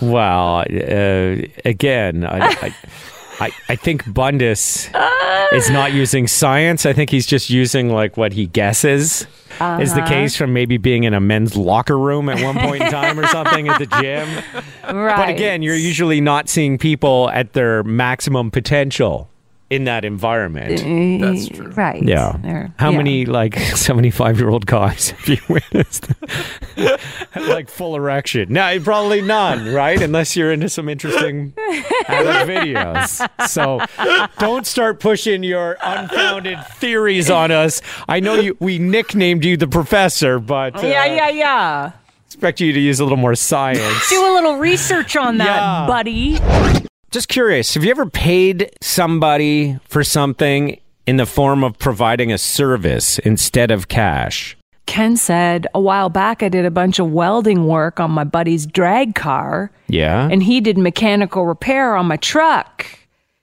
Speaker 2: Well, uh, again, I, I, I, I think Bundus is not using science. I think he's just using like what he guesses is the case from maybe being in a men's locker room at one point in time or something at the gym.
Speaker 4: Right.
Speaker 2: But again, you're usually not seeing people at their maximum potential in that environment.
Speaker 3: That's true.
Speaker 4: Eh, right.
Speaker 2: Yeah.
Speaker 4: There.
Speaker 2: How
Speaker 4: Yeah.
Speaker 2: many like 75 year old guys have you witnessed? like full erection. No, probably none, right? Unless you're into some interesting adult videos. So don't start pushing your unfounded theories on us. I know you we nicknamed you the professor, but uh,
Speaker 4: Yeah, yeah, yeah.
Speaker 2: expect you to use a little more science.
Speaker 4: Do a little research on that,
Speaker 2: Yeah.
Speaker 4: buddy.
Speaker 2: Just curious, have you ever paid somebody for something in the form of providing a service instead of cash?
Speaker 4: Ken said a while back I did a bunch of welding work on my buddy's drag car.
Speaker 2: Yeah.
Speaker 4: and he did mechanical repair on my truck.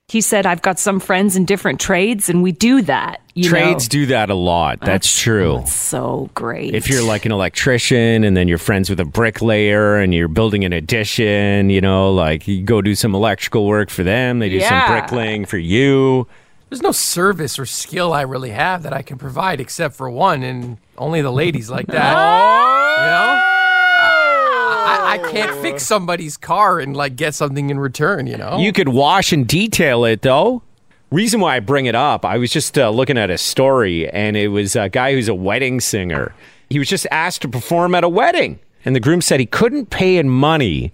Speaker 4: He said, I've got some friends in different trades, and we do that. You
Speaker 2: Trades
Speaker 4: know? Oh,
Speaker 2: do that a lot. That's, true.
Speaker 4: so great.
Speaker 2: If you're like an electrician and then you're friends with a bricklayer and you're building an addition, you know, like you go do some electrical work for them, they do
Speaker 4: Yeah.
Speaker 2: some bricklaying for you.
Speaker 3: There's no service or skill I really have that I can provide except for one, and only the ladies like that. You know? I, I can't fix somebody's car and like get something in return. You know?
Speaker 2: You could wash and detail it though. Reason why I bring it up, I was just uh, looking at a story and it was a guy who's a wedding singer. He was just asked to perform at a wedding and the groom said he couldn't pay in money,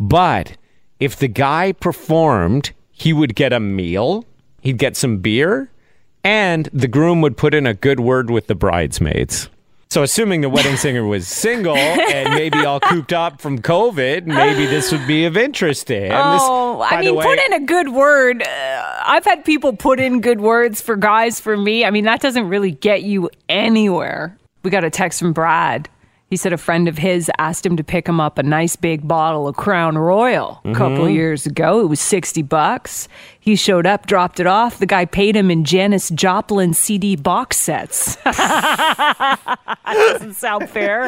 Speaker 2: but if the guy performed, he would get a meal, he'd get some beer, and the groom would put in a good word with the bridesmaids. So, assuming the wedding singer was single and maybe all cooped up from COVID, maybe this would be of interest to him. This-
Speaker 4: Oh,
Speaker 2: by
Speaker 4: I
Speaker 2: the
Speaker 4: mean,
Speaker 2: way-
Speaker 4: put in a good word. Uh, I've had people put in good words for guys for me. I mean, that doesn't really get you anywhere. We got a text from Brad. He said a friend of his asked him to pick him up a nice big bottle of Crown Royal a couple
Speaker 2: Mm-hmm.
Speaker 4: of years ago. It was 60 bucks. He showed up, dropped it off. The guy paid him in Janis Joplin CD box sets. that doesn't sound fair.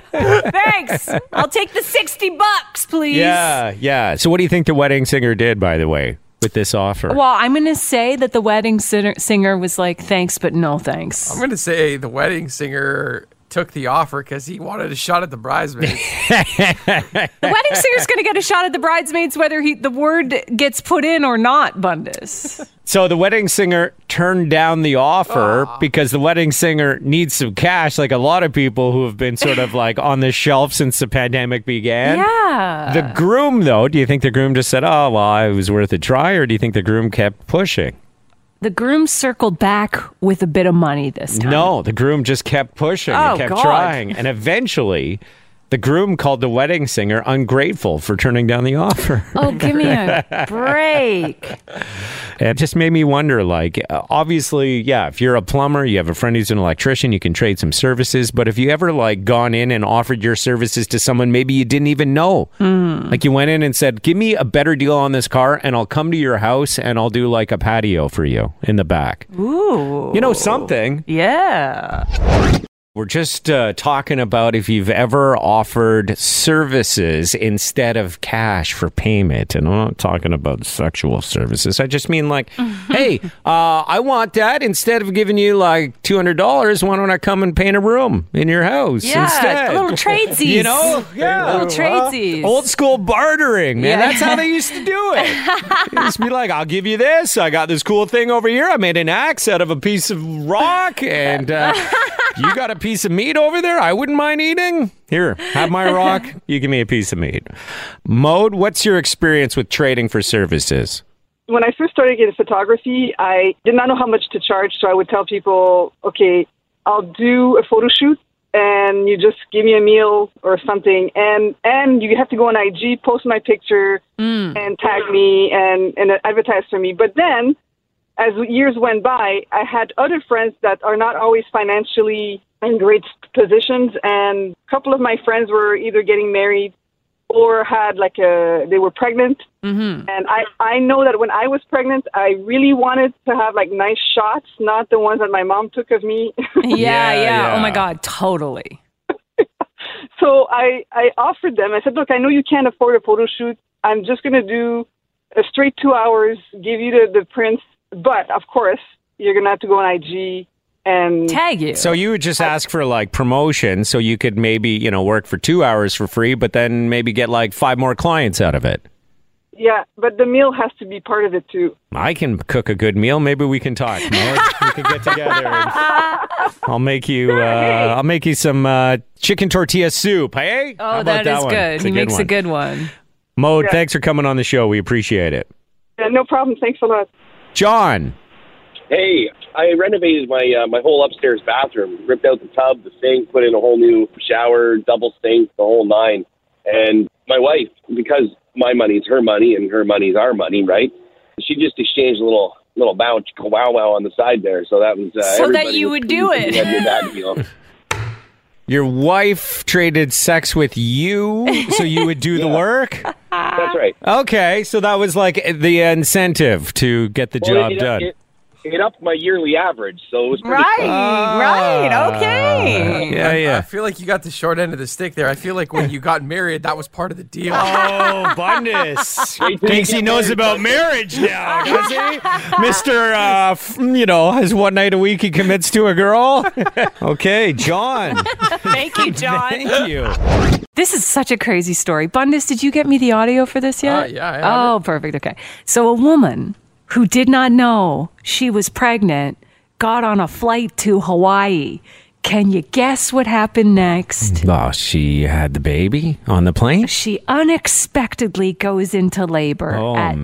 Speaker 4: Thanks. I'll take the 60 bucks, please.
Speaker 2: Yeah, yeah. So, what do you think the wedding singer did, by the way, with this offer?
Speaker 4: Well, I'm going to say that the wedding singer, singer was like, thanks, but no thanks.
Speaker 2: Oh,
Speaker 3: I'm gonna say the wedding singer took the offer because he wanted a shot at the bridesmaids.
Speaker 4: The wedding singer's going to get a shot at the bridesmaids whether he, the word gets put in or not, Bundus.
Speaker 2: so, the wedding singer turned down the offer because the wedding singer needs some cash, like a lot of people who have been sort of like on the shelf since the pandemic began.
Speaker 4: yeah.
Speaker 2: The groom, though, do you think the groom just said, oh, well, it was worth a try, or do you think the groom kept pushing?
Speaker 4: The groom circled back with a bit of money this time.
Speaker 2: No, the groom just kept pushing
Speaker 4: Oh,
Speaker 2: and kept
Speaker 4: God.
Speaker 2: trying. And eventually, the groom called the wedding singer ungrateful for turning down the offer.
Speaker 4: Oh, give me a break.
Speaker 2: It just made me wonder like, uh, obviously, yeah, if you're a plumber, you have a friend who's an electrician, you can trade some services. But if you ever like gone in and offered your services to someone maybe you didn't even know, like you went in and said, give me a better deal on this car and I'll come to your house and I'll do like a patio for you in the back.
Speaker 4: Ooh.
Speaker 2: You know, something.
Speaker 4: Yeah.
Speaker 2: We're just uh, talking about if you've ever offered services instead of cash for payment. And I'm not talking about sexual services. I just mean, like, hey, uh, I want that. Instead of giving you like $200, why don't I come and paint a room in your house
Speaker 4: Yeah,
Speaker 2: instead?
Speaker 4: a little tradesies.
Speaker 2: You know? Yeah.
Speaker 4: Little tradesies.
Speaker 2: Old school bartering, man.
Speaker 4: Yeah.
Speaker 2: That's how they used to do it. They used to be like, I'll give you this. I got this cool thing over here. I made an axe out of a piece of rock, and uh, you got a piece of meat over there. I wouldn't mind eating. Here, have my rock. You give me a piece of meat. Mode, what's your experience with trading for services?
Speaker 5: when I first started getting photography, I did not know how much to charge, so I would tell people, okay, I'll do a photo shoot and you just give me a meal or something and and you have to go on IG, post my picture and tag me and and advertise for me. But then as years went by, I had other friends that are not always financially in great positions and a couple of my friends were either getting married or had like a they were pregnant and I, I know that when I was pregnant, I really wanted to have like nice shots, not the ones that my mom took of me.
Speaker 4: Yeah, yeah,
Speaker 2: yeah.
Speaker 4: Oh, my God. Totally.
Speaker 5: so I, I offered them, I said, look, I know you can't afford a photo shoot. I'm just going to do a straight two hours, give you the, the prints. But of course, you're going to have to go on IG and
Speaker 4: Tag you.
Speaker 2: So you would just
Speaker 4: Oh.
Speaker 2: ask for like promotion so you could maybe, you know, work for two hours for free, but then maybe get like five more clients out of it.
Speaker 5: yeah, but the meal has to be part of it too.
Speaker 2: I can cook a good meal. Maybe we can talk. Mo. we can get together. and I'll make you. Uh, I'll make you some uh, chicken tortilla soup. Hey. How
Speaker 4: oh,
Speaker 2: about
Speaker 4: that is
Speaker 2: one?
Speaker 4: good.
Speaker 2: It's
Speaker 4: He makes a
Speaker 2: one.
Speaker 4: good one.
Speaker 2: Mode. Thanks for coming on the show. We appreciate it.
Speaker 5: Yeah, no problem. Thanks a lot.
Speaker 2: John.
Speaker 6: Hey, I renovated my uh, my whole upstairs bathroom. Ripped out the tub, the sink, put in a whole new shower, double sink, the whole nine. And my wife, because my money's her money and her money's our money, right? She just exchanged a little little bow wow wow on the side there, so that was uh,
Speaker 4: So that
Speaker 6: everybody
Speaker 4: you
Speaker 6: was
Speaker 4: would do
Speaker 6: pleased
Speaker 4: it.
Speaker 6: when you had your bad deal.
Speaker 2: Your wife traded sex with you so you would do the work.
Speaker 6: That's right.
Speaker 2: Okay, so that was like the incentive to get the
Speaker 6: Well,
Speaker 2: job
Speaker 6: it,
Speaker 2: done.
Speaker 6: It, it upped my yearly average, so it was pretty
Speaker 4: Right, right,
Speaker 2: Ah,
Speaker 4: okay.
Speaker 2: Yeah,
Speaker 3: I
Speaker 2: yeah.
Speaker 3: feel like you got the short end of the stick there. I feel like when you got married, that was part of the deal.
Speaker 2: Oh, Bundes.
Speaker 6: Wait till you
Speaker 2: Thinks he
Speaker 6: get
Speaker 2: knows
Speaker 6: married,
Speaker 2: about marriage now, does he? Mr. Uh, f- you know, has one night a week he commits to a girl. okay, John.
Speaker 4: Thank you, John.
Speaker 2: Thank you.
Speaker 4: This is such a crazy story. Bundus, did you get me the audio for this yet?
Speaker 3: Uh, yeah, I have
Speaker 4: oh, perfect. Okay. So, a woman who did not know she was pregnant got on a flight to Hawaii, Can you guess what happened
Speaker 3: Hmm.
Speaker 4: next?
Speaker 2: Oh, she had the baby on the plane.
Speaker 4: She unexpectedly goes into labor
Speaker 2: Oh.
Speaker 4: at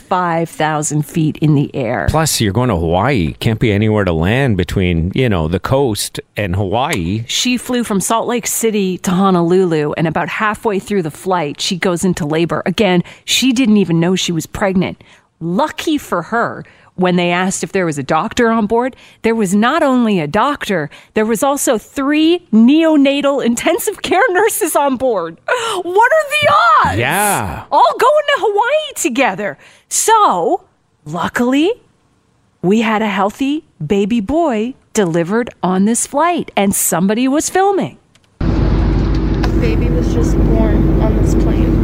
Speaker 4: 35,000 feet in the air.
Speaker 2: Plus, you're going to Hawaii. Can't be anywhere to land between, you know, the coast and Hawaii.
Speaker 4: She flew from Salt Lake City to Honolulu, and about halfway through the flight, she goes into labor. Again, she didn't even know she was pregnant. Lucky for her, when they asked if there was a doctor on board, there was not only a doctor, there was also three neonatal intensive care nurses on board. What are the odds?
Speaker 2: Yeah.
Speaker 4: all going to Hawaii together. So, luckily, we had a healthy baby boy delivered on this flight, and somebody was filming.
Speaker 7: baby was just born on this plane.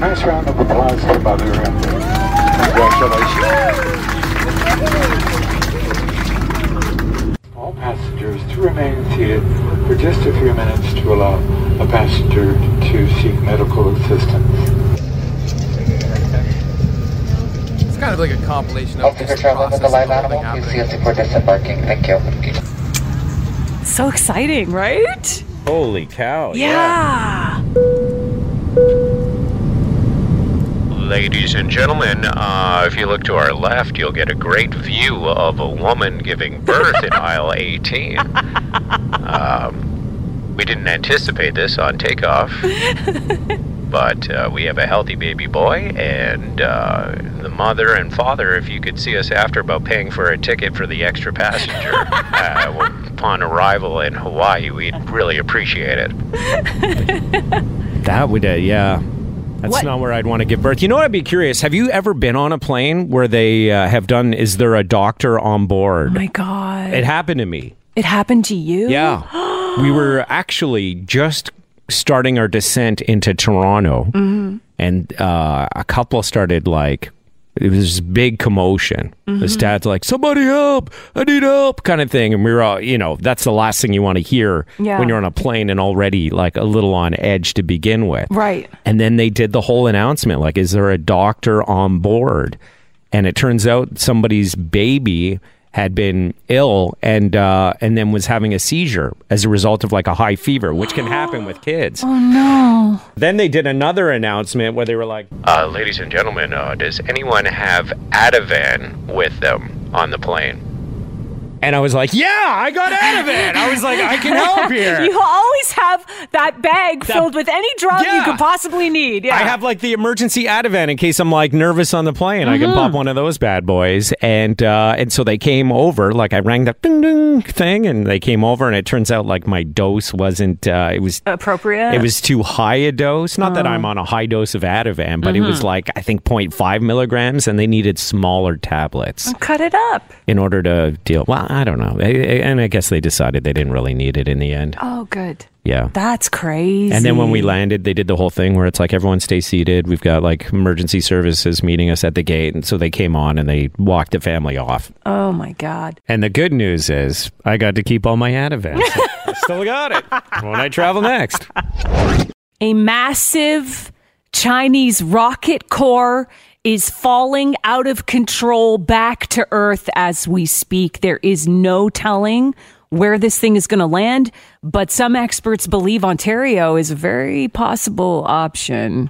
Speaker 8: Nice round of applause for Mother. Congratulations. All passengers to remain seated for just a few minutes to allow a passenger to seek medical assistance.
Speaker 3: It's kind of like a compilation of just the process of the whole thing happening.
Speaker 9: for disembarking. Thank you.
Speaker 4: So exciting, right?
Speaker 2: Holy cow.
Speaker 4: Yeah. Oh
Speaker 10: Ladies and gentlemen, uh, if you look to our left, you'll get a great view of a woman giving birth in aisle 18. Um, we didn't anticipate this on takeoff, but uh, we have a healthy baby boy, and uh, the mother and father, if you could see us after about paying for a ticket for the extra passenger uh, upon arrival in Hawaii, we'd really appreciate it.
Speaker 2: That would, uh, yeah. That's
Speaker 4: What-
Speaker 2: not where I'd want to give birth. You know what? I'd be curious. Have you ever been on a plane where they uh, have done, is there a doctor on board?
Speaker 4: Oh my God.
Speaker 2: It happened to me.
Speaker 4: It happened to you?
Speaker 2: Yeah. we were actually just starting our descent into Toronto,
Speaker 4: Mm-hmm.
Speaker 2: and uh, a couple started like, it was this big commotion. This
Speaker 4: Mm-hmm.
Speaker 2: dad's like, somebody help, I need help, kind of thing. And we were all, you know, that's the last thing you want to hear
Speaker 4: Yeah.
Speaker 2: when you're on a plane and already like a little on edge to begin with.
Speaker 4: Right.
Speaker 2: And then they did the whole announcement like, is there a doctor on board? And it turns out somebody's baby had been ill and uh, and then was having a seizure as a result of like a high fever, which can happen with kids.
Speaker 4: Oh no.
Speaker 2: Then they did another announcement where they were like,
Speaker 10: Uh, ladies and gentlemen, uh, does anyone have Ativan with them on the plane?
Speaker 2: and I was like, yeah, I got out of it. I was like, I can help here.
Speaker 4: You always have that bag filled with any drug you
Speaker 2: Yeah.
Speaker 4: could possibly need. Yeah.
Speaker 2: I have like the emergency Ativan in case I'm like nervous on the plane. I can
Speaker 4: Mm-hmm.
Speaker 2: pop one of those bad boys, and uh, and so they came over. Like I rang that ding ding thing, and they came over, and it turns out like my dose wasn't. Uh, it was
Speaker 4: appropriate. Oh.
Speaker 2: it was too high a dose. Not that I'm on a high dose of Ativan, but it
Speaker 4: Mm-hmm.
Speaker 2: was like I think 0.5 milligrams, and they needed smaller tablets
Speaker 4: Cut it up.
Speaker 2: in order to deal. Well, I don't know, A- a- and I guess they decided they didn't really need it in the end.
Speaker 4: Oh, good.
Speaker 2: Yeah.
Speaker 4: That's crazy.
Speaker 2: And then when we landed, they did the whole thing where it's like everyone stay seated. We've got like emergency services meeting us at the gate, and so they came on and they walked the family off.
Speaker 4: Oh my God.
Speaker 2: And the good news is, I got to keep all my Ativan. Still got it when I travel next.
Speaker 4: A massive Chinese rocket core is falling out of control back to Earth as we speak. There is no telling where this thing is going to land, but some experts believe Ontario is a very possible option.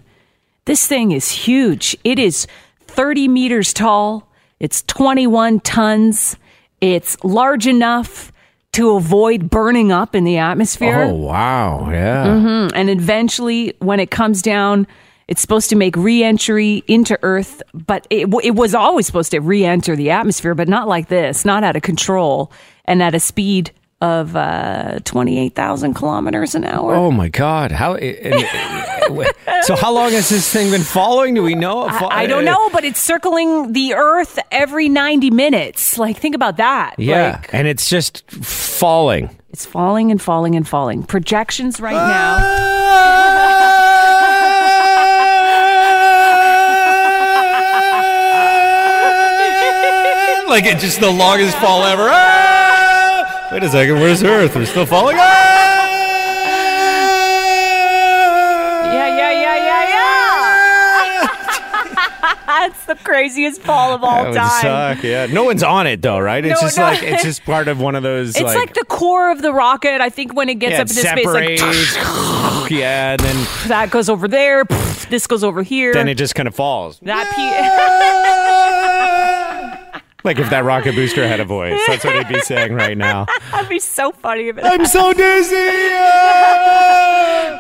Speaker 4: This thing is huge. It is 30 meters tall. It's 21 tons. It's large enough to avoid burning up in the
Speaker 3: Oh,
Speaker 4: atmosphere.
Speaker 2: Oh, wow! Yeah,
Speaker 3: Mm-hmm.
Speaker 4: And eventually, when it comes down, it's supposed to make re-entry into Earth, but it, w- it was always supposed to re-enter the atmosphere, but not like this, not out of control, and at a speed of uh, twenty-eight thousand kilometers an hour.
Speaker 2: Oh my God! How? and- so how long has this thing been following? Do we know?
Speaker 4: I don't
Speaker 2: eh.
Speaker 4: know, but it's circling the Earth every ninety minutes. Like, think about that.
Speaker 2: Yeah,
Speaker 4: Like,
Speaker 2: and it's just falling.
Speaker 4: it's falling and falling and falling. Projections right now.
Speaker 2: Ah! like it's just the longest fall ever. Ah! Wait a second, where's Earth? We're still falling. Ah!
Speaker 4: Yeah, yeah, yeah, yeah, yeah. That's the craziest fall of all
Speaker 2: That would
Speaker 4: time.
Speaker 2: suck. Yeah, no one's on it though, right? It's
Speaker 4: No,
Speaker 2: just
Speaker 4: no.
Speaker 2: like it's just part of one of those.
Speaker 4: It's like, the core of the rocket. I think when it gets
Speaker 2: yeah,
Speaker 4: up into space, like
Speaker 2: separates. yeah, and then
Speaker 4: that goes over there, this goes over here.
Speaker 2: then it just kind of falls.
Speaker 4: that
Speaker 2: Like if that rocket booster had a voice, that's what he'd be saying right now.
Speaker 4: pe- that'd be so funny if it.
Speaker 2: I'm so Ah. dizzy.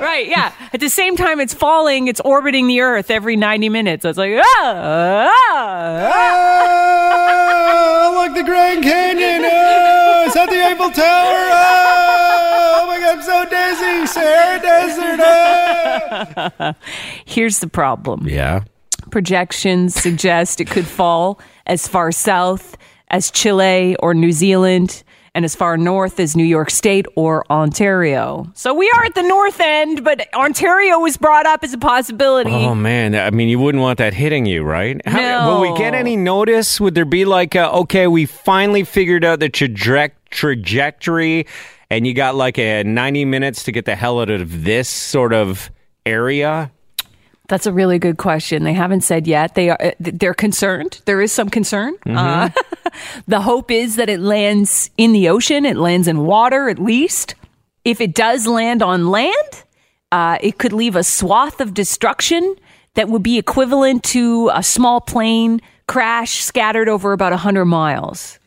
Speaker 4: Right, yeah. At the same time, it's falling, it's orbiting the Earth every 90 minutes. So it's like, ah, ah,
Speaker 2: Oh, look, the Grand Canyon. Oh, is that the Eiffel Tower? Oh, oh my God, I'm so dizzy. Sahara Desert. Oh.
Speaker 4: ah. Here's the problem
Speaker 2: Yeah.
Speaker 4: projections suggest it could fall as far south as Chile or New Zealand. And as far north as New York State or Ontario. So we are at the north end, but Ontario was brought up as a possibility.
Speaker 2: Oh, man. I mean, you wouldn't want that hitting you, right? Will we get
Speaker 4: No.
Speaker 2: any notice? Would there be like, a, okay, we finally figured out the traject- trajectory and you got like a 90 minutes to get the hell out of this sort of area?
Speaker 4: That's a really good question. They haven't said yet. They are uh, th- they're concerned. There is some concern. Uh, the hope is that it lands in the ocean. It lands in water at least. If it does land on land, uh, it could leave a swath of destruction that would be equivalent to a small plane crash scattered over about 100 miles.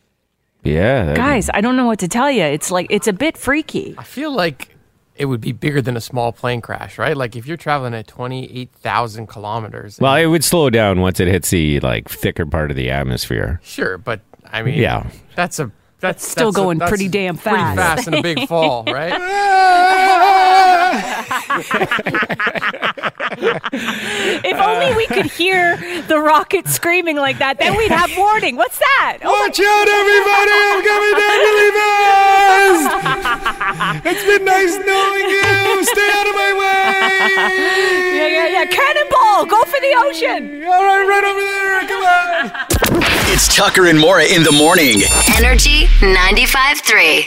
Speaker 2: Yeah.
Speaker 4: Guys, I don't know what to tell you. It's like it's a bit freaky.
Speaker 3: I feel like it would be bigger than a small plane crash, right? Like if you're traveling at 28,000 kilometers.
Speaker 2: Well, it would slow down once it hits the like thicker part of the atmosphere.
Speaker 3: sure, but I mean,
Speaker 2: Yeah.
Speaker 3: that's a. That's,
Speaker 4: still
Speaker 3: that's a-
Speaker 4: going
Speaker 3: that's
Speaker 4: pretty damn
Speaker 3: Pretty
Speaker 4: fast.
Speaker 3: fast in a big fall, right?
Speaker 4: If only we could hear the rocket screaming like that, then we'd have warning. What's that? Oh
Speaker 2: Watch out, everybody! I'm coming down really fast. It's been nice knowing you. Stay out of my way.
Speaker 4: Yeah, yeah, yeah. Cannonball! Go for the ocean!
Speaker 2: All right, right over there. Come on.
Speaker 9: It's Tucker and Mora in the morning.
Speaker 1: Energy 95.3.